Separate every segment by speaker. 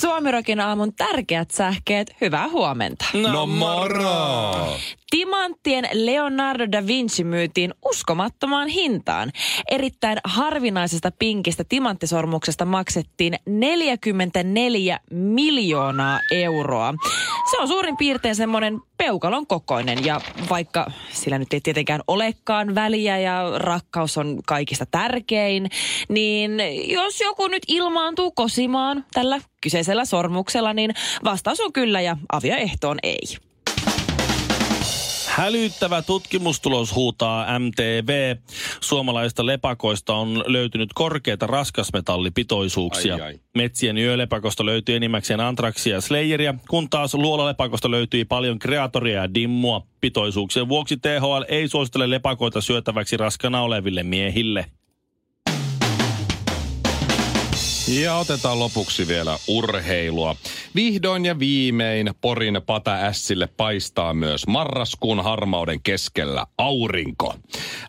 Speaker 1: Suomirokin aamun tärkeät sähkeet, hyvää huomenta.
Speaker 2: No moro!
Speaker 1: Timanttien Leonardo da Vinci myytiin uskomattomaan hintaan. Erittäin harvinaisesta pinkistä timanttisormuksesta maksettiin 44 miljoonaa euroa. Se on suurin piirtein semmoinen peukalon kokoinen ja vaikka sillä nyt ei tietenkään olekaan väliä ja rakkaus on kaikista tärkein, niin jos joku nyt ilmaantuu kosimaan tällä kyseisellä sormuksella, niin vastaus on kyllä ja avioehtoon ei.
Speaker 2: Hälyttävä tutkimustulos huutaa MTV. Suomalaista lepakoista on löytynyt korkeita raskasmetallipitoisuuksia. Ai, ai. Metsien yölepakosta löytyy enimmäkseen antraksia ja slayeria, kun taas luolalepakosta löytyy paljon kreatoria ja dimmua. Pitoisuuksien vuoksi THL ei suosittele lepakoita syötäväksi raskana oleville miehille.
Speaker 3: Ja otetaan lopuksi vielä urheilua. Vihdoin ja viimein Porin pata Ässille paistaa myös marraskuun harmauden keskellä aurinko.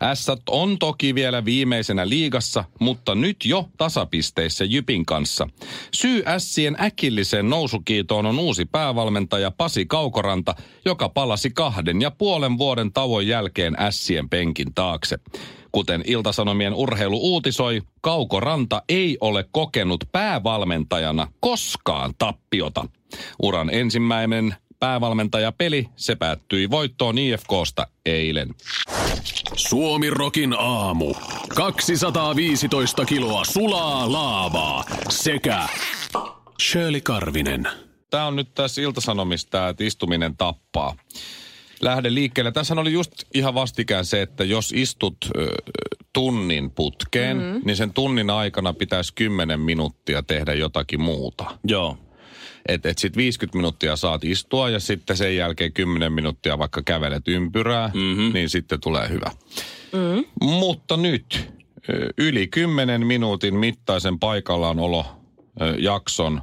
Speaker 3: Ässät on toki vielä viimeisenä liigassa, mutta nyt jo tasapisteissä Jypin kanssa. Syy Ässien äkilliseen nousukiitoon on uusi päävalmentaja Pasi Kaukoranta, joka palasi kahden ja puolen vuoden tauon jälkeen Ässien penkin taakse. Kuten Iltasanomien urheilu uutisoi, Kauko Ranta ei ole kokenut päävalmentajana koskaan tappiota. Uran ensimmäinen päävalmentajapeli, se päättyi voittoon IFKsta eilen.
Speaker 4: Suomi Rokin aamu. 215 kiloa sulaa laavaa sekä Shirley Karvinen.
Speaker 3: Tämä on nyt tässä Iltasanomissa tämä, että istuminen tappaa lähde liikkeelle. Tässä oli just ihan vastikään se, että jos istut ö, tunnin putkeen, mm-hmm. niin sen tunnin aikana pitäisi 10 minuuttia tehdä jotakin muuta.
Speaker 2: Joo.
Speaker 3: Että et sit 50 minuuttia saat istua ja sitten sen jälkeen 10 minuuttia vaikka kävelet ympyrää, mm-hmm. niin sitten tulee hyvä. Mm-hmm. Mutta nyt ö, yli 10 minuutin mittaisen paikallaanolo ö, jakson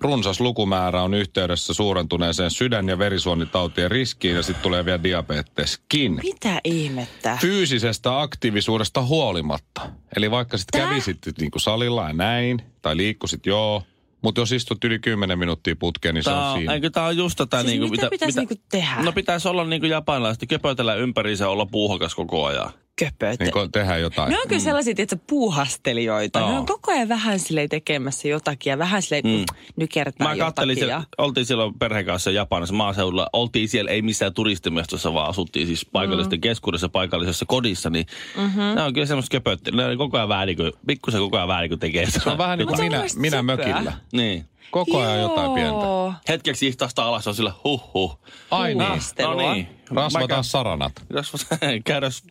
Speaker 3: runsas lukumäärä on yhteydessä suurentuneeseen sydän- ja verisuonitautien riskiin ja sitten tulee vielä diabeteskin.
Speaker 1: Mitä ihmettä?
Speaker 3: Fyysisestä aktiivisuudesta huolimatta. Eli vaikka sitten kävisit niinku salilla ja näin, tai liikkusit joo, mutta jos istut yli 10 minuuttia putkeen, niin
Speaker 2: Tää
Speaker 3: se on
Speaker 2: on,
Speaker 3: siinä.
Speaker 2: eikö tää on just tätä...
Speaker 1: Siis
Speaker 2: niinku,
Speaker 1: mitä pitäisi niinku tehdä?
Speaker 2: No pitäisi olla niinku japanilaista, köpötellä ympäriinsä ja olla puuhakas koko ajan.
Speaker 1: Köpöt.
Speaker 3: Niin kun tehdään jotain.
Speaker 1: Ne on kyllä sellaisia, että puuhastelijoita.
Speaker 3: Joo.
Speaker 1: Ne on koko ajan vähän silleen tekemässä jotakin ja vähän silleen mm. nykertää
Speaker 2: Mä kattelin,
Speaker 1: jotakin.
Speaker 2: siellä,
Speaker 1: Ja...
Speaker 2: oltiin silloin perheen kanssa Japanissa maaseudulla. Oltiin siellä, ei missään turistimestossa, vaan asuttiin siis paikallisten mm. keskuudessa, paikallisessa kodissa. Niin mm-hmm. Nämä on kyllä semmoista köpöttelyä. Ne on koko ajan vähän niin kuin, pikkusen koko ajan vähän niin kuin tekee
Speaker 3: Se on vähän niin
Speaker 1: no, Mut
Speaker 3: kuin
Speaker 1: se on
Speaker 3: minä,
Speaker 1: mielestäni
Speaker 3: minä
Speaker 1: söpöä.
Speaker 3: mökillä.
Speaker 2: Niin.
Speaker 3: Koko ajan jotain pientä.
Speaker 1: Joo.
Speaker 2: Hetkeksi istahtaa alas on sillä huh huh.
Speaker 3: Ai niin.
Speaker 1: Puuhastelua.
Speaker 2: No niin.
Speaker 3: Rasvataan saranat.
Speaker 2: Rasvas, käydäs,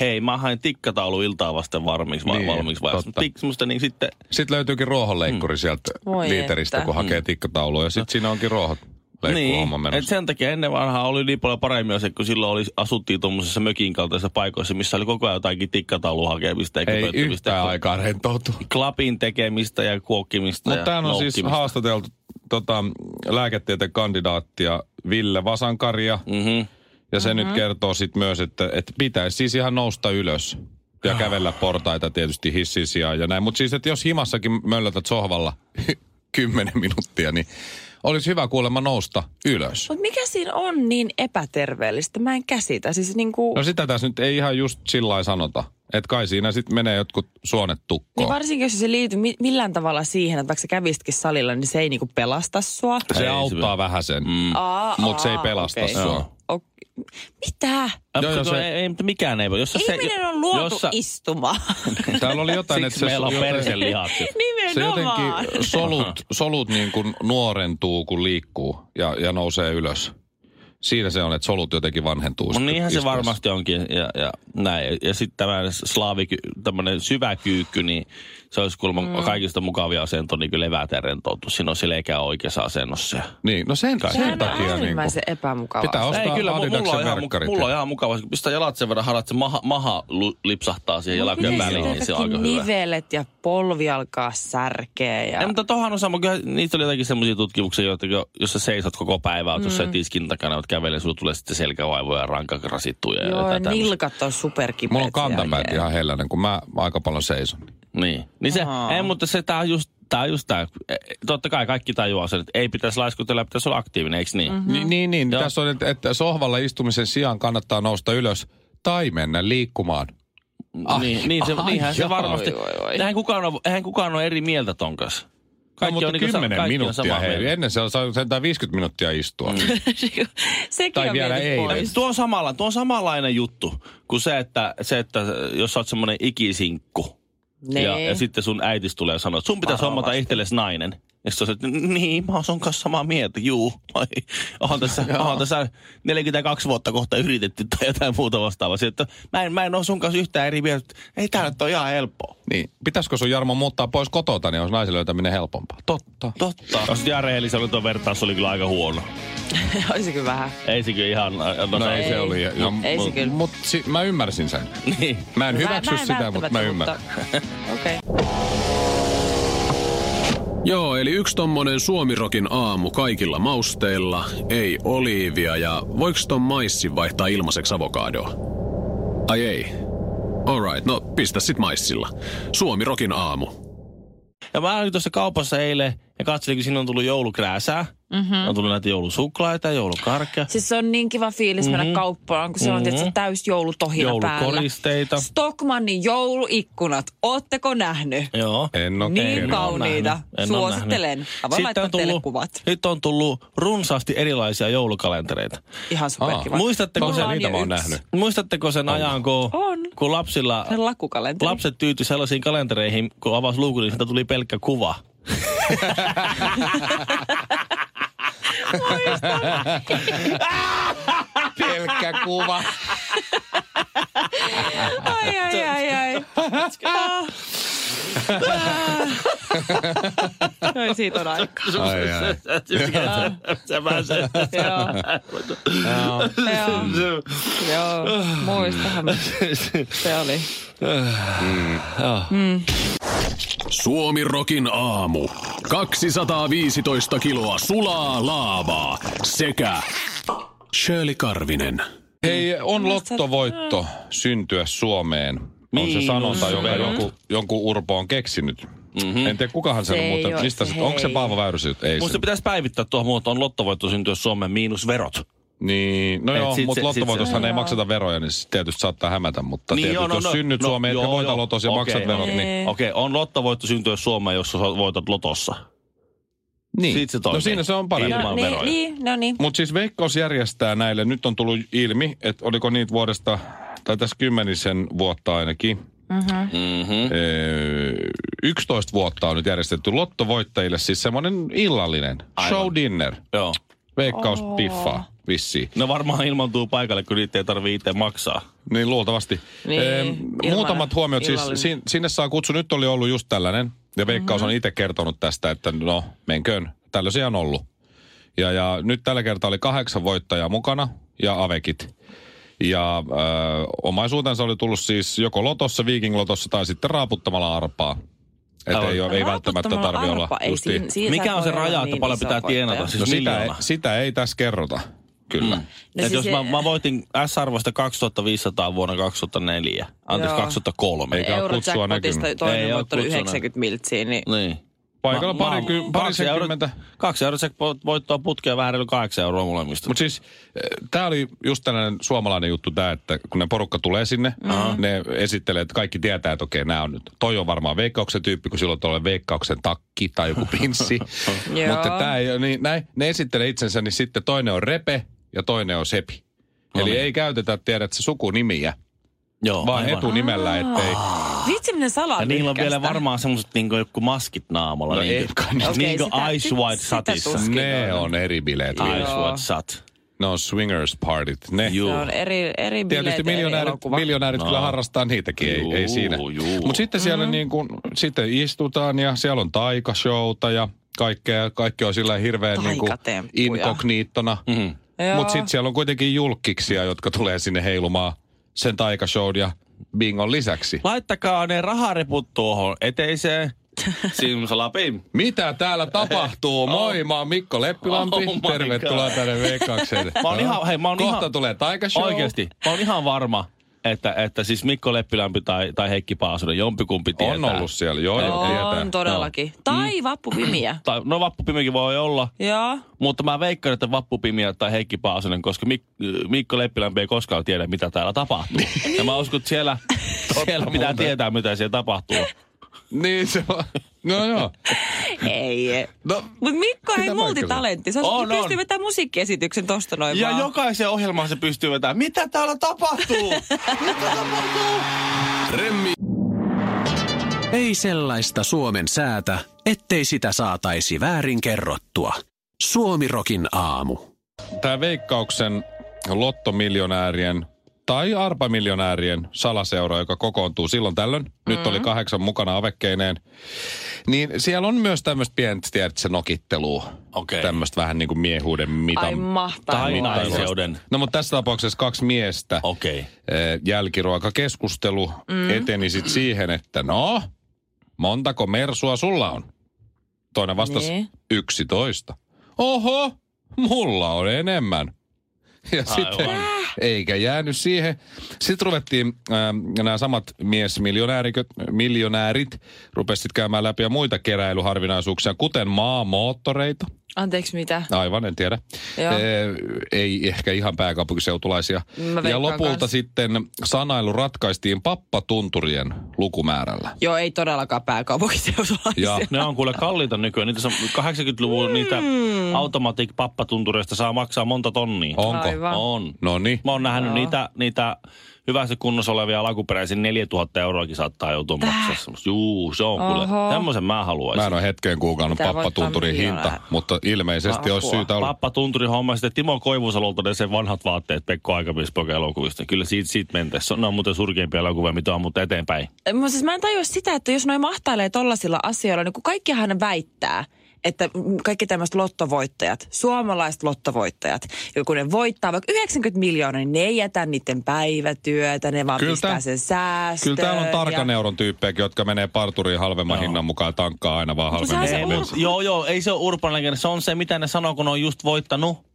Speaker 2: hei mä hain tikkataulu iltaa vasten varmiiksi, vai
Speaker 3: Niin,
Speaker 2: valmiiksi vai
Speaker 3: totta.
Speaker 2: tik, semmoista, niin sitten
Speaker 3: Sitten löytyykin ruohonleikkuri mm. sieltä
Speaker 1: Voi
Speaker 3: liiteristä,
Speaker 1: että.
Speaker 3: kun hakee tikkataulua. Ja sitten siinä onkin ruohot leikkuhomma
Speaker 2: niin, et
Speaker 3: menossa.
Speaker 2: sen takia ennen vanhaa oli niin paljon paremmin se, kun silloin oli, asuttiin tuommoisessa mökin kaltaisissa paikoissa, missä oli koko ajan jotakin tikkataulun hakemista ja
Speaker 3: Ei
Speaker 2: köpöttämistä ja
Speaker 3: yhtään
Speaker 2: ku-
Speaker 3: aikaa rentoutu.
Speaker 2: klapin tekemistä ja kuokkimista ja
Speaker 3: Mutta täällä on siis
Speaker 2: noukkimista.
Speaker 3: haastateltu tota, lääketieteen kandidaattia Ville Vasankaria.
Speaker 2: Mhm.
Speaker 3: Ja se mm-hmm. nyt kertoo sitten myös, että, että pitäisi siis ihan nousta ylös. Ja kävellä portaita tietysti hissin sijaan ja näin. Mutta siis, että jos himassakin möllötät sohvalla 10 minuuttia, niin olisi hyvä kuulemma nousta ylös.
Speaker 1: Mutta mikä siinä on niin epäterveellistä? Mä en käsitä. Siis niinku,
Speaker 3: No
Speaker 1: no,
Speaker 3: sitä tässä nyt ei ihan just sillä lailla sanota. Että kai siinä sitten menee jotkut suonet
Speaker 1: niin
Speaker 3: tukkoon.
Speaker 1: varsinkin jos se liity mi- millään tavalla siihen, että vaikka sä kävisitkin salilla, niin se ei niinku pelasta sua.
Speaker 3: Se
Speaker 2: Ei se
Speaker 3: auttaa vähän sen, mm.
Speaker 1: Aa,
Speaker 3: mutta se ei
Speaker 1: aa,
Speaker 3: pelasta
Speaker 1: okei.
Speaker 3: okay. sua.
Speaker 1: O- Mitä?
Speaker 2: Äh,
Speaker 3: Joo, joo,
Speaker 2: no
Speaker 3: se-
Speaker 2: ei, ei, mutta mikään ei voi. Jos se,
Speaker 1: Ihminen on luotu
Speaker 2: jos sä-
Speaker 1: istumaan.
Speaker 3: Täällä oli jotain, että
Speaker 2: Siksi
Speaker 3: se,
Speaker 2: meillä on Niin.
Speaker 3: joten-
Speaker 2: perselihat.
Speaker 1: Niin. no
Speaker 3: se
Speaker 1: Nimenomaan.
Speaker 3: jotenkin solut, solut niin kuin nuorentuu, kun liikkuu ja, ja nousee ylös. Siinä se on, että solut jotenkin vanhentuu.
Speaker 2: No niinhän se
Speaker 3: istuessa.
Speaker 2: varmasti onkin ja, ja näin. Ja sitten tämä slaavi, tämmöinen syväkyykky, niin Se olisi kuulemma mm. kaikista mukavia asento, niin kyllä levätään rentoutu. Siinä on se leikä oikeassa asennossa. ja-
Speaker 3: Niin, no sen, sen
Speaker 1: Sehän on
Speaker 3: takia niin
Speaker 1: äärimmäisen epämukavaa.
Speaker 3: pitää ostaa
Speaker 2: Ei, kyllä, mu- mulla on,
Speaker 3: Adidaksen
Speaker 2: ihan, mu-
Speaker 3: verkkarit.
Speaker 2: mulla on ihan mukava. Pistää jalat sen verran harat, se maha, maha lu- lipsahtaa siihen jalkojen
Speaker 1: Miten
Speaker 2: väliin,
Speaker 1: sitten
Speaker 2: niin se on aika
Speaker 1: kaikki
Speaker 2: hyvä.
Speaker 1: nivelet ja polvi alkaa särkeä ja...
Speaker 2: Ei, mutta tohan on sama, kyllä niitä oli jotakin semmoisia tutkimuksia, joita, jos sä seisot koko päivää, mm. tuossa tiskin takana, oot kävelee, sulla tulee sitten selkävaivoja, ja rankarasittuja.
Speaker 1: Joo,
Speaker 2: ja
Speaker 1: ja
Speaker 2: tämmöistä.
Speaker 1: nilkat on superkipeät.
Speaker 3: Mulla on
Speaker 1: siellä,
Speaker 3: kantapäät
Speaker 1: jee.
Speaker 3: ihan helläinen, kun mä aika paljon seison.
Speaker 2: Niin. Niin se,
Speaker 1: Aa.
Speaker 2: ei, mutta se tää on just, tää on just tää. E, Totta kai kaikki tajuaa sen, että ei pitäisi laiskutella, pitäisi olla aktiivinen, eikö niin? Mm.
Speaker 3: Ni, niin, niin.
Speaker 2: Joo.
Speaker 3: Tässä on, että, että sohvalla istumisen sijaan kannattaa nousta ylös tai mennä liikkumaan. No, Ai,
Speaker 2: niin, niin se,
Speaker 3: ai,
Speaker 2: niinhän se
Speaker 3: jaa.
Speaker 2: varmasti.
Speaker 1: Oi, oi, oi.
Speaker 2: Eihän kukaan ole, eihän kukaan ole eri mieltä ton kanssa.
Speaker 3: Kaikki no, mutta
Speaker 2: on niinku sa-
Speaker 3: kymmenen
Speaker 2: kaikki on
Speaker 3: minuuttia
Speaker 2: samaa
Speaker 3: hei.
Speaker 2: mieltä. Mm.
Speaker 3: Ennen se on saanut sentään 50 minuuttia istua.
Speaker 1: Sekin
Speaker 3: Tai
Speaker 1: on
Speaker 3: vielä
Speaker 1: viety
Speaker 3: ei.
Speaker 1: pois.
Speaker 2: Niin, Tuo on, samalla, tuo on samanlainen juttu kuin se, että, se, että jos sä oot semmoinen ikisinkku
Speaker 1: Nee.
Speaker 2: ja, ja, sitten sun äitis tulee ja sanoo, että sun pitäisi hommata itsellesi nainen. Ja sitten että niin, mä oon sun kanssa samaa mieltä, juu. Ai, Oon tässä, oon tässä 42 vuotta kohta yritetty tai jotain muuta vastaavaa. Sitten, että mä en, mä en oo sun kanssa yhtään eri mieltä. Ei tää nyt ole ihan helppoa.
Speaker 3: niin. Pitäisikö sun Jarmo muuttaa pois kotota, niin olisi naisen löytäminen helpompaa? Totta.
Speaker 2: Totta. Jos ihan rehellisen oli tuo vertaus, oli kyllä aika huono.
Speaker 1: Olisi kyllä vähän.
Speaker 2: Ei se kyllä ihan... No,
Speaker 3: No ei,
Speaker 2: ei.
Speaker 3: se oli. No,
Speaker 1: Ei se kyllä.
Speaker 3: Mutta si- mä ymmärsin sen.
Speaker 2: Niin.
Speaker 3: Mä en
Speaker 1: Mä-
Speaker 3: hyväksy
Speaker 1: mä en
Speaker 3: sitä, mutta mä
Speaker 1: välttämättä,
Speaker 3: ymmärrän.
Speaker 1: mutta- Okei.
Speaker 4: Joo, eli yksi tommonen suomirokin aamu kaikilla mausteilla, ei oliivia ja voiko ton maissi vaihtaa ilmaiseksi avokadoa? Ai ei. Alright, no pistä sit maissilla. Suomirokin aamu.
Speaker 2: Ja mä olin tuossa kaupassa eilen ja katselin, kun siinä on tullut joulukrääsää. Mm-hmm. On tullut näitä joulusuklaita, joulukarkkeja.
Speaker 1: Siis se on niin kiva fiilis mennä
Speaker 3: Mhm.
Speaker 1: kauppaan, kun se on tietysti täys joulutohina päällä.
Speaker 2: Joulukoristeita.
Speaker 1: Stockmannin jouluikkunat, ootteko nähnyt?
Speaker 2: Joo.
Speaker 3: En ole
Speaker 1: Niin
Speaker 3: kerran.
Speaker 1: kauniita.
Speaker 2: nähnyt. En oo
Speaker 1: Suosittelen.
Speaker 2: nähnyt.
Speaker 1: Mä voin
Speaker 2: Sitten
Speaker 1: laittaa
Speaker 2: on
Speaker 1: teille kuvat.
Speaker 2: Nyt on tullut runsaasti erilaisia joulukalentereita.
Speaker 1: Ihan superkiva.
Speaker 2: Muistatteko
Speaker 3: Mulla
Speaker 2: sen,
Speaker 3: on niitä jo mä oon yksi. nähnyt.
Speaker 2: muistatteko sen ajan, kun,
Speaker 1: On.
Speaker 2: kun lapsilla,
Speaker 1: Sen lakkukalenteri.
Speaker 2: lapset tyytyi sellaisiin kalentereihin, kun avasi luukun, niin siitä tuli pelkkä kuva.
Speaker 3: Pelkkä kuva.
Speaker 1: Ai, ai, ai, ai. Ah. Ah. Noin siitä on aikaa.
Speaker 3: Ai, ai.
Speaker 2: Se vähän se.
Speaker 1: Joo. Joo. Joo.
Speaker 2: Ah.
Speaker 1: Muistahan. Se oli.
Speaker 4: Suomirokin aamu. 215 kiloa sulaa laavaa sekä Shirley Karvinen.
Speaker 3: Hei, on lottovoitto syntyä Suomeen. On se
Speaker 2: Miinus
Speaker 3: sanonta, jonka
Speaker 2: verot.
Speaker 3: jonkun, jonkun Urpo on keksinyt. Mm-hmm. En tiedä, kukahan sen
Speaker 1: Se
Speaker 3: on
Speaker 1: ei
Speaker 3: muuten.
Speaker 1: oo
Speaker 3: Mistä
Speaker 1: se,
Speaker 3: se, onko se
Speaker 1: hei.
Speaker 3: Paavo Väyrysy? Ei
Speaker 2: Musta
Speaker 3: se.
Speaker 2: pitäisi päivittää tuohon muotoon lottovoitto syntyä Suomen miinus verot.
Speaker 3: Niin, no
Speaker 2: Et
Speaker 3: joo,
Speaker 2: sit
Speaker 3: mutta
Speaker 2: se- sit
Speaker 3: lottovoitossahan
Speaker 2: se-
Speaker 3: ei makseta veroja, niin se tietysti saattaa hämätä. Mutta
Speaker 2: Niin,
Speaker 3: niin, tietysti,
Speaker 2: joo, no,
Speaker 3: jos
Speaker 2: no,
Speaker 3: synnyt
Speaker 2: no,
Speaker 3: Suomeen,
Speaker 2: joo,
Speaker 3: et voita
Speaker 2: joo.
Speaker 3: lotos ja
Speaker 2: Okei,
Speaker 3: maksat verot,
Speaker 2: okei.
Speaker 3: niin...
Speaker 1: Ei.
Speaker 2: Okei, on lottovoitto syntyä Suomeen, jos sä voitat lotossa.
Speaker 3: niin.
Speaker 2: Siitä se
Speaker 3: no
Speaker 2: toimii.
Speaker 3: siinä se on parempi.
Speaker 2: Ilman
Speaker 1: Niin,
Speaker 2: veroja.
Speaker 1: niin, no niin.
Speaker 3: Mutta siis Veikkaus järjestää näille, nyt on tullut ilmi, että oliko niitä vuodesta, tai tässä kymmenisen vuotta ainakin,
Speaker 2: Mm-hmm.
Speaker 3: öö, 11 vuotta on nyt järjestetty lottovoittajille, siis semmoinen illallinen
Speaker 2: Aivan.
Speaker 3: show dinner,
Speaker 2: Joo.
Speaker 3: Veikkaus piffaa vissiin.
Speaker 2: Ne varmaan ilmaantuu paikalle, kun niitä ei tarvitse itse maksaa.
Speaker 3: Niin luultavasti.
Speaker 1: Niin,
Speaker 3: Öö,
Speaker 1: illallinen.
Speaker 3: muutamat huomiot, siis
Speaker 1: Illallinen. Mhm.
Speaker 3: sin, sinne saa kutsu, nyt oli ollut just tällainen, ja Veikkaus mm-hmm. on itse kertonut tästä, että no menköön, tällaisia on ollut. Ja, ja nyt tällä kertaa oli kahdeksan voittajaa mukana ja avekit. Ja ö, omaisuutensa oli tullut siis joko lotossa, viikinglotossa tai sitten raaputtamalla arpaa. Että
Speaker 2: Aivan.
Speaker 3: ei, oo- ei välttämättä
Speaker 1: Raaputtamalla
Speaker 3: tarvi olla
Speaker 1: arpa, ei
Speaker 3: justiin-
Speaker 1: siinä- siinä
Speaker 2: Mikä
Speaker 1: sä
Speaker 2: on se
Speaker 1: voi olla
Speaker 2: raja, että
Speaker 1: niin
Speaker 2: paljon
Speaker 1: iso
Speaker 2: pitää
Speaker 1: voittaja.
Speaker 2: tienata? Siis
Speaker 3: No sitä, ei,
Speaker 2: miljoona.
Speaker 3: sitä ei tässä kerrota, kyllä. Mm.
Speaker 2: No siis
Speaker 1: siis
Speaker 2: jos
Speaker 1: se-
Speaker 2: mä, mä voitin S-arvosta 2500 vuonna 2004, anteeksi
Speaker 1: Joo.
Speaker 2: 2003.
Speaker 3: Eikä ole kutsua
Speaker 1: Eurojackpotista
Speaker 3: näkynyt.
Speaker 2: Ei
Speaker 1: toinen
Speaker 2: oo
Speaker 1: voitto oli
Speaker 2: kutsua
Speaker 1: 90 miltsiä, niin
Speaker 2: Niin.
Speaker 3: Paikalla
Speaker 2: Mä-
Speaker 3: pari,
Speaker 2: mä-
Speaker 3: ky,
Speaker 2: kaksi euro-
Speaker 3: parikymmentä.
Speaker 2: Kaksi euroa voittoa putkea vähän reilu kahdeksan euroa molemmista.
Speaker 3: Mutta siis tämä oli just tällainen suomalainen juttu tämä, että kun ne porukka tulee sinne, mm. ne esittelee, että kaikki tietää, että okei, nämä on nyt, toi on varmaan veikkauksen tyyppi, kun silloin tulee veikkauksen takki tai joku pinssi.
Speaker 1: Joo.
Speaker 3: Mutta tämä ei ole niin, näin, ne esittelee itsensä, niin sitten toinen on Repe ja toinen on Sepi. Eli
Speaker 2: niin.
Speaker 3: ei käytetä, tiedät se sukunimiä,
Speaker 2: Joo,
Speaker 3: vaan
Speaker 2: aivan.
Speaker 3: etunimellä, ettei...
Speaker 1: vitsi minne salaa
Speaker 2: No. Ja niillä on vielä varmaan semmoset niinku joku maskit naamalla.
Speaker 3: No
Speaker 2: niinku,
Speaker 3: ei kai
Speaker 2: niinku
Speaker 1: Okei, sitä-
Speaker 2: Ice
Speaker 1: sit-
Speaker 2: White
Speaker 1: sitä
Speaker 2: Satissa.
Speaker 1: tuskin.
Speaker 3: Ne on eri bileet.
Speaker 2: Ice
Speaker 3: vielä.
Speaker 2: White Sat.
Speaker 3: Ne on swingers partit. Ne.
Speaker 1: Se on eri, eri bileet,
Speaker 3: Tietysti
Speaker 1: eri
Speaker 3: miljonäärit,
Speaker 1: elokuva.
Speaker 3: miljonäärit no. kyllä harrastaa niitäkin, ei, ei
Speaker 2: Juu,
Speaker 3: siinä.
Speaker 2: juu.
Speaker 3: Mutta sitten siellä mm-hmm. niin kun, sitten istutaan ja siellä on taikashowta ja kaikkea. Kaikki on sillä hirveän niin kuin
Speaker 1: Taikatemppuja.
Speaker 3: inkogniittona. Mm-hmm.
Speaker 1: Joo.
Speaker 3: Mutta sitten siellä on kuitenkin julkkiksia, jotka tulee sinne heilumaan sen taikashown ja bingon lisäksi.
Speaker 2: Laittakaa ne rahareput tuohon eteiseen. Simsalabim.
Speaker 3: Mitä täällä tapahtuu? Moi, mä oon Mikko Leppilampi.
Speaker 2: Oh my
Speaker 3: Tervetuloa
Speaker 2: God.
Speaker 3: tänne Veikkaukselle.
Speaker 2: Mä oon ihan, hei, mä oon
Speaker 3: Kohta
Speaker 2: ihan,
Speaker 3: tulee taikashow.
Speaker 2: Oikeesti, mä oon ihan varma, että, että siis Mikko Leppilämpi tai, tai Heikki Paasunen, jompikumpi tietää.
Speaker 3: On ollut siellä, joo, joo,
Speaker 1: On
Speaker 3: tietää.
Speaker 1: todellakin.
Speaker 2: Mm.
Speaker 1: Tai vappupimiä.
Speaker 2: Tai, no vappupimikin voi olla,
Speaker 1: Joo.
Speaker 2: mutta mä veikkaan, että vappupimiä tai Heikki Paasunen, koska Mik, Mikko Leppilämpi ei koskaan tiedä, mitä täällä tapahtuu.
Speaker 3: Niin.
Speaker 2: ja mä uskon, että siellä, siellä pitää tietää, mitä siellä tapahtuu.
Speaker 3: Niin se on. No joo.
Speaker 1: Ei.
Speaker 3: No,
Speaker 1: Mutta Mikko
Speaker 3: Pitää
Speaker 1: ei multitalentti. Se on,
Speaker 2: On,
Speaker 1: on, pystyy
Speaker 2: on.
Speaker 1: vetämään musiikkiesityksen tosta noin
Speaker 2: Ja
Speaker 1: vaan.
Speaker 2: jokaisen ohjelmaan se pystyy vetämään. Mitä täällä tapahtuu?
Speaker 4: Remmi. Ei sellaista Suomen säätä, ettei sitä saataisi väärin kerrottua. Suomirokin aamu.
Speaker 3: Tämä veikkauksen lottomiljonäärien tai arpamiljonäärien salaseura, joka kokoontuu silloin tällöin. Mm. Nyt oli kahdeksan mukana avekkeineen. Niin siellä on myös tämmöistä pientä, tiedätkö, nokittelua.
Speaker 2: Okei.
Speaker 3: Tämmöistä vähän niin kuin miehuuden mitan.
Speaker 1: Ai mahtavaa. Niin.
Speaker 2: Tai
Speaker 3: mittailua.
Speaker 2: naiseuden.
Speaker 3: No mutta tässä tapauksessa kaksi miestä.
Speaker 2: Okei.
Speaker 3: eh, Jälkiruokakeskustelu mm. eteni sit siihen, että no, montako mersua sulla on? Toinen vastasi
Speaker 1: Niin.
Speaker 3: 11. Oho, mulla on enemmän. Ja sitten, eikä jäänyt siihen. Sitten ruvettiin ähm, nämä samat miesmiljonäärit, rupesit käymään läpi ja muita keräilyharvinaisuuksia, kuten maamoottoreita.
Speaker 1: Anteeksi mitä?
Speaker 2: No.
Speaker 3: Aivan, en tiedä.
Speaker 1: Joo.
Speaker 3: Ee, ei ehkä ihan pääkaupunkiseutulaisia.
Speaker 1: Mä
Speaker 3: Ja
Speaker 1: veikkaan
Speaker 3: lopulta
Speaker 1: kans.
Speaker 3: sitten sanailu ratkaistiin pappatunturien lukumäärällä.
Speaker 1: Joo, ei todellakaan
Speaker 3: Ja
Speaker 1: pääkaupunkiseutulaisia.
Speaker 2: Ne on kuule kalliita nykyään. Niitä on 80-luvun mm. niitä automatic-pappatuntureista saa maksaa monta tonnia.
Speaker 3: onko?
Speaker 1: Aivan.
Speaker 2: On.
Speaker 3: No niin.
Speaker 2: Mä oon nähnyt niitä, niitä hyvässä kunnossa olevia alkuperäisiä 4000 euroakin saattaa joutua maksaa. semmoista. Juu, se on
Speaker 1: Oho.
Speaker 2: kuule. Tämmöisen mä haluaisin.
Speaker 3: Mä en ole hetkeen kuukannut
Speaker 1: Pitää voittaa
Speaker 3: pappatunturin
Speaker 1: miljoonaa.
Speaker 3: hinta, mutta ilmeisesti
Speaker 1: Apua.
Speaker 3: olisi syytä olla.
Speaker 2: Pappa Tunturi homma sitten Timo Koivusalolta ne sen vanhat vaatteet Pekko Aikapiispoika elokuvista. Kyllä siitä, siitä mentäessä. Ne on muuten surkeimpia elokuvia, mitä on, mutta eteenpäin.
Speaker 1: Mä siis mä en tajua sitä, että jos noin mahtailee tollasilla asioilla, niin kun kaikkihan väittää, että mm, kaikki tämmöiset lottovoittajat, suomalaiset lottovoittajat, ja kun ne voittaa vaikka 90 miljoonaa, niin ne ei jätä niiden päivätyötä, ne vaan Kyllä.
Speaker 3: Kyllä
Speaker 1: pistää
Speaker 3: tää-
Speaker 1: sen säästöön.
Speaker 3: Kyllä täällä on tarkan
Speaker 1: ja...
Speaker 3: euron tyyppejäkin, jotka menee parturiin halvemman
Speaker 2: Joo.
Speaker 3: hinnan mukaan ja tankkaa aina vaan
Speaker 1: se on
Speaker 3: halvemmin.
Speaker 1: se
Speaker 3: bensaa.
Speaker 1: ur-
Speaker 2: Mut, joo, joo, ei se ole urban legenda. Se on se, mitä ne sanoo, kun ne on just voittanut.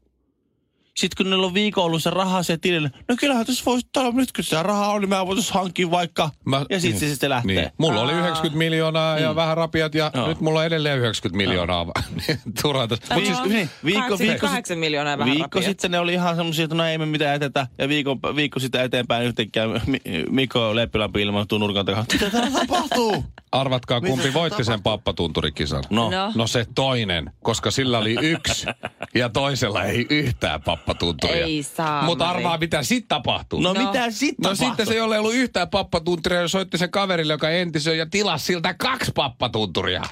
Speaker 2: Sitten kun niillä on viikon ollut se rahaa se tilille, no kyllähän tässä voisi olla nyt, kun sitä rahaa on, niin mä voisin hankkia vaikka.
Speaker 3: Mä-
Speaker 2: ja sitten se sitten lähtee.
Speaker 3: Niin. Mulla oli 90 miljoonaa
Speaker 1: Mm.
Speaker 3: ja vähän rapiat ja
Speaker 2: Joo.
Speaker 3: nyt mulla on edelleen 90 miljoonaa. Turhaa tässä. Mut
Speaker 2: Mut siis, niin, viikko, viikko,
Speaker 1: 88
Speaker 2: sit-
Speaker 1: miljoonaa vähän
Speaker 2: viikko
Speaker 1: rapiat.
Speaker 2: sitten ne oli ihan semmoisia, että no ei me mitään jätetä. Ja viikko, viikko sitten eteenpäin yhtäkkiä Mi- Mikko Leppilampi ilmaantuu nurkan takaa. Mitä täällä tapahtuu?
Speaker 3: Arvatkaa, kumpi voitti sen pappatunturikisan.
Speaker 2: No.
Speaker 1: No.
Speaker 3: no se toinen, koska sillä oli yksi ja toisella ei yhtään pappatunturia.
Speaker 1: Ei saa,
Speaker 3: Mutta
Speaker 1: Mari.
Speaker 3: arvaa, mitä sitten tapahtuu.
Speaker 2: No,
Speaker 3: no
Speaker 2: mitä sitten tapahtui?
Speaker 3: sitten se ei ole ollut yhtään pappatunturia, ja soitti sen kaverille, joka entisöi ja tilasi siltä kaksi pappatunturia.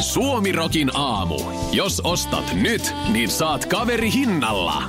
Speaker 4: Suomirokin aamu. Jos ostat nyt, niin saat kaveri hinnalla.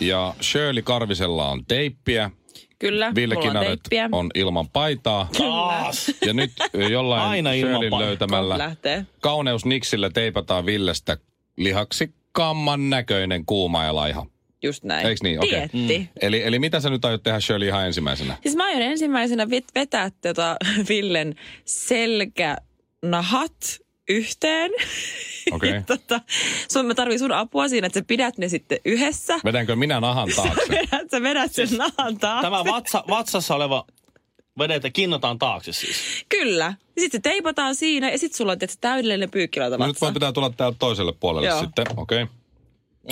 Speaker 3: Ja Shirley Karvisella on teippiä.
Speaker 1: Kyllä,
Speaker 3: Ville
Speaker 1: Äh, mulla on
Speaker 3: Kinaret
Speaker 1: teippiä.
Speaker 3: on ilman paitaa.
Speaker 2: Taas.
Speaker 3: Ja nyt jollain
Speaker 2: Aina ilman
Speaker 3: Shirleyn
Speaker 2: paitaa.
Speaker 3: löytämällä
Speaker 1: Lähtee.
Speaker 3: kauneusniksillä teipataan Villestä lihaksi kamman näköinen kuuma ja laiha.
Speaker 1: Just näin.
Speaker 3: Eiks niin? Okei.
Speaker 1: Tietti. Mm.
Speaker 3: Eli, eli mitä sä nyt aiot tehdä Shirley ihan ensimmäisenä?
Speaker 1: Siis mä aion ensimmäisenä vet- vetää tota Villen selkänahat yhteen.
Speaker 3: Okei.
Speaker 1: Ja tota, sun, mä tarvii sun apua siinä, että sä pidät ne sitten yhdessä.
Speaker 3: Vedänkö minä nahan taakse?
Speaker 1: Vedät, sä vedät sen
Speaker 3: Siis
Speaker 1: nahan taakse.
Speaker 2: Tämä vatsa, vatsassa oleva vedetä kinnataan taakse siis.
Speaker 1: Kyllä. Sitten se teipataan siinä ja sitten sulla on tietysti täydellinen pyykkilauta
Speaker 3: No nyt
Speaker 1: vatsa.
Speaker 3: voi pitää tulla täältä toiselle puolelle
Speaker 1: Joo.
Speaker 3: sitten. Okei. Okay.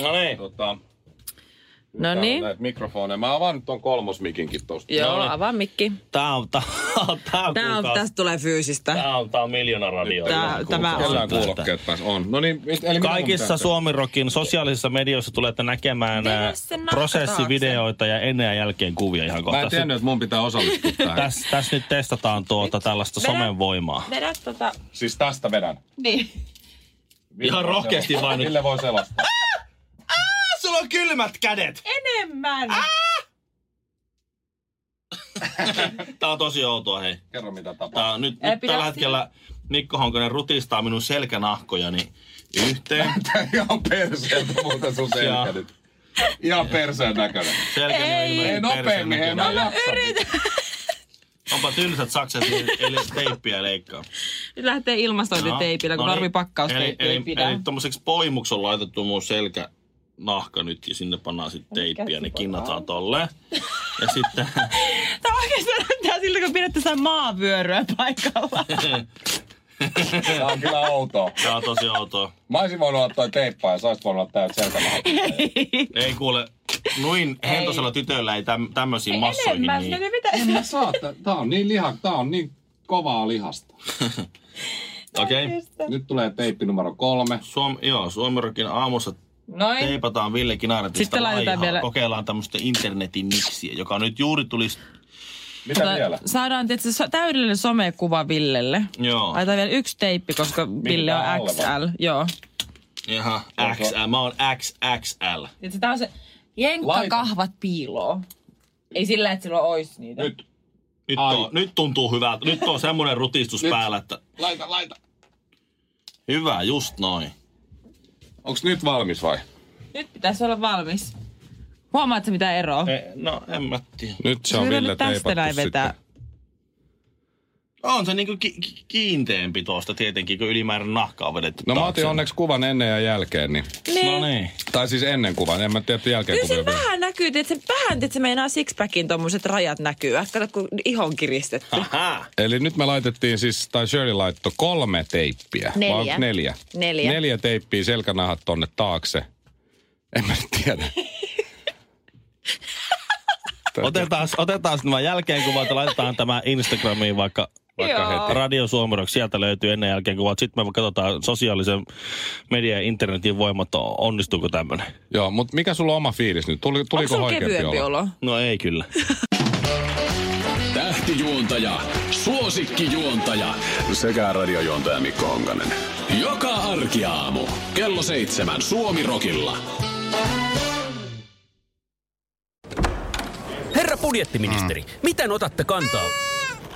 Speaker 2: No niin.
Speaker 3: Tota,
Speaker 1: No niin.
Speaker 3: Näitä mikrofoneja. Mä avaan nyt ton kolmosmikinkin tosta. No
Speaker 2: No
Speaker 3: niin.
Speaker 1: Joo,
Speaker 2: niin.
Speaker 1: avaa mikki.
Speaker 2: Tää on, tää on, tää on,
Speaker 1: Tää on,
Speaker 2: kuulkaas-
Speaker 1: tästä tulee fyysistä.
Speaker 2: tää on, tää on miljoona radio.
Speaker 1: Tää, tämä
Speaker 3: Kellään
Speaker 1: on.
Speaker 3: kuulokkeet pääs on. No niin, mit- eli mitä mun pitää
Speaker 2: Kaikissa
Speaker 3: tehdä?
Speaker 2: Suomirokin sosiaalisissa medioissa tulette näkemään
Speaker 1: Vedä
Speaker 2: ää,
Speaker 1: sen nahka
Speaker 2: prosessivideoita ja ennen ja jälkeen kuvia ihan
Speaker 3: Mä en
Speaker 2: kohta.
Speaker 3: tiennyt, että mun pitää osallistua tähän.
Speaker 2: Tässä täs nyt testataan tuota tällaista
Speaker 1: Vedä.
Speaker 2: somen voimaa.
Speaker 1: Vedä tota.
Speaker 3: Siis tästä vedän.
Speaker 1: Niin.
Speaker 3: Ville
Speaker 2: Ihan
Speaker 3: voi
Speaker 2: rohkeasti
Speaker 3: selostaa.
Speaker 2: vaan nyt.
Speaker 3: Ville voi selostaa.
Speaker 2: Sulla on kylmät kädet!
Speaker 1: Enemmän.
Speaker 2: Ah! Tää on tosi outoa, hei.
Speaker 3: Kerro mitä tapahtuu.
Speaker 2: Tää, on nyt,
Speaker 1: Ei
Speaker 2: nyt
Speaker 1: pidä
Speaker 2: tällä
Speaker 1: siitä.
Speaker 2: hetkellä Mikko Honkonen rutistaa minun selkänahkojani yhteen.
Speaker 3: Tää on ihan perseeltä muuten sun selkä
Speaker 2: Jaa.
Speaker 3: nyt. Ihan perseen näköinen.
Speaker 2: Selkäni on
Speaker 1: Ei.
Speaker 2: ilmeisesti
Speaker 3: Ei nopeammin,
Speaker 2: perseen
Speaker 3: hei mä
Speaker 2: näköinen.
Speaker 1: No,
Speaker 3: jaksan.
Speaker 2: Onpa tylsät sakset, eli teippiä leikkaa.
Speaker 1: Nyt lähtee ilmastointiteipillä, kun
Speaker 2: No niin.
Speaker 1: normipakkausteippi
Speaker 2: Eli-
Speaker 1: ei
Speaker 2: eli-
Speaker 1: pidä.
Speaker 2: Eli tommoseksi poimuksi on laitettu mun selkä nahka nyt ja sinne pannaan sitten teippiä, niin kinnataan tolle. Ja sitten,
Speaker 1: Tämä oikeastaan näyttää siltä, kun pidätte sitä maavyöryä paikalla.
Speaker 3: Tää on kyllä outoa.
Speaker 2: tää on tosi outoa.
Speaker 3: Mä olisin voinut olla toi teippaa ja sä olisit voinut olla täyt selkälauta.
Speaker 2: Ei kuule, noin hentosella tytöllä ei täm, tämmöisiin massoihin.
Speaker 1: Enemmän,
Speaker 2: Niin.
Speaker 1: niin. mitä?
Speaker 3: En mä saa, tä- tää on niin liha, tää on niin kovaa lihasta.
Speaker 2: Okei, okay.
Speaker 3: Nyt tulee teippi numero kolme.
Speaker 2: Suom, joo, Suomirokin aamussa
Speaker 1: Noin.
Speaker 2: teipataan Ville Kinaretista
Speaker 1: Sitten laitetaan
Speaker 2: laihaa.
Speaker 1: vielä-
Speaker 2: Kokeillaan tämmöistä internetin miksiä, joka nyt juuri tulisi,
Speaker 3: Mitä vielä?
Speaker 1: Saadaan tietysti so- täydellinen somekuva Villelle.
Speaker 2: joo,
Speaker 1: Laitetaan vielä yksi teippi, koska Ville on
Speaker 3: tää alle vai?
Speaker 1: XL. Joo.
Speaker 2: ihan XL, mä oon XXL.
Speaker 1: Tiedätkö, tää on se jenkka
Speaker 3: Laita.
Speaker 1: kahvat piiloo. Ei sillä, että sillä ois niitä.
Speaker 3: Nyt.
Speaker 2: Nyt,
Speaker 3: Ai.
Speaker 2: on, nyt tuntuu hyvältä, nyt on semmoinen rutistus
Speaker 3: Nyt.
Speaker 2: päällä, että
Speaker 3: Laita, laita.
Speaker 2: Hyvä, just noin.
Speaker 3: Onks nyt valmis vai?
Speaker 1: Nyt pitäisi olla valmis. Huomaatko mitä eroa?
Speaker 2: E, no, en mä tiedä.
Speaker 3: Nyt se
Speaker 1: Sä vedät tästä näin vetää.
Speaker 2: On se niinku ki- ki- kiinteämpi tuosta tietenkin, kun ylimääräinen nahka on vedetty
Speaker 3: No mä
Speaker 2: taakse.
Speaker 3: otin onneksi kuvan ennen ja jälkeen, niin.
Speaker 2: No niin.
Speaker 3: Tai siis ennen kuvan, en mä tiedä jälkeen
Speaker 1: Kyllä se
Speaker 3: kuvia. vielä.
Speaker 1: vähän näkyy, että se vähän, että se meinaa sixpackin tommoset rajat näkyä. Kato, kun ihon kiristetty.
Speaker 2: Aha.
Speaker 3: Eli nyt me laitettiin siis, tai Shirley laittoi kolme teippiä.
Speaker 1: Neljä.
Speaker 3: Vai onko neljä?
Speaker 1: Neljä.
Speaker 3: Neljä teippiä selkänahat tonne taakse. En mä nyt tiedä.
Speaker 2: Otetaan, otetaan nämä jälkeen kuvat ja laitetaan tämä Instagramiin vaikka, vaikka
Speaker 1: Joo.
Speaker 2: heti. Radio Suomiroksi. Sieltä löytyy ennen jälkeen kuvat. Sitten me katsotaan sosiaalisen median ja internetin voimat, on- onnistuuko tämmöinen.
Speaker 3: Joo, mutta mikä sulla on oma fiilis nyt? Tuli,
Speaker 1: Onko
Speaker 3: tuliko
Speaker 1: sulla
Speaker 3: oikeampi
Speaker 1: kevyempi
Speaker 3: olo?
Speaker 1: olo?
Speaker 2: No ei kyllä.
Speaker 4: Tähtijuontaja, suosikkijuontaja sekä radiojuontaja Mikko Honkanen. Joka arkiaamu kello seitsemän Suomi Rokilla.
Speaker 5: Herra budjettiministeri, miten otatte kantaa?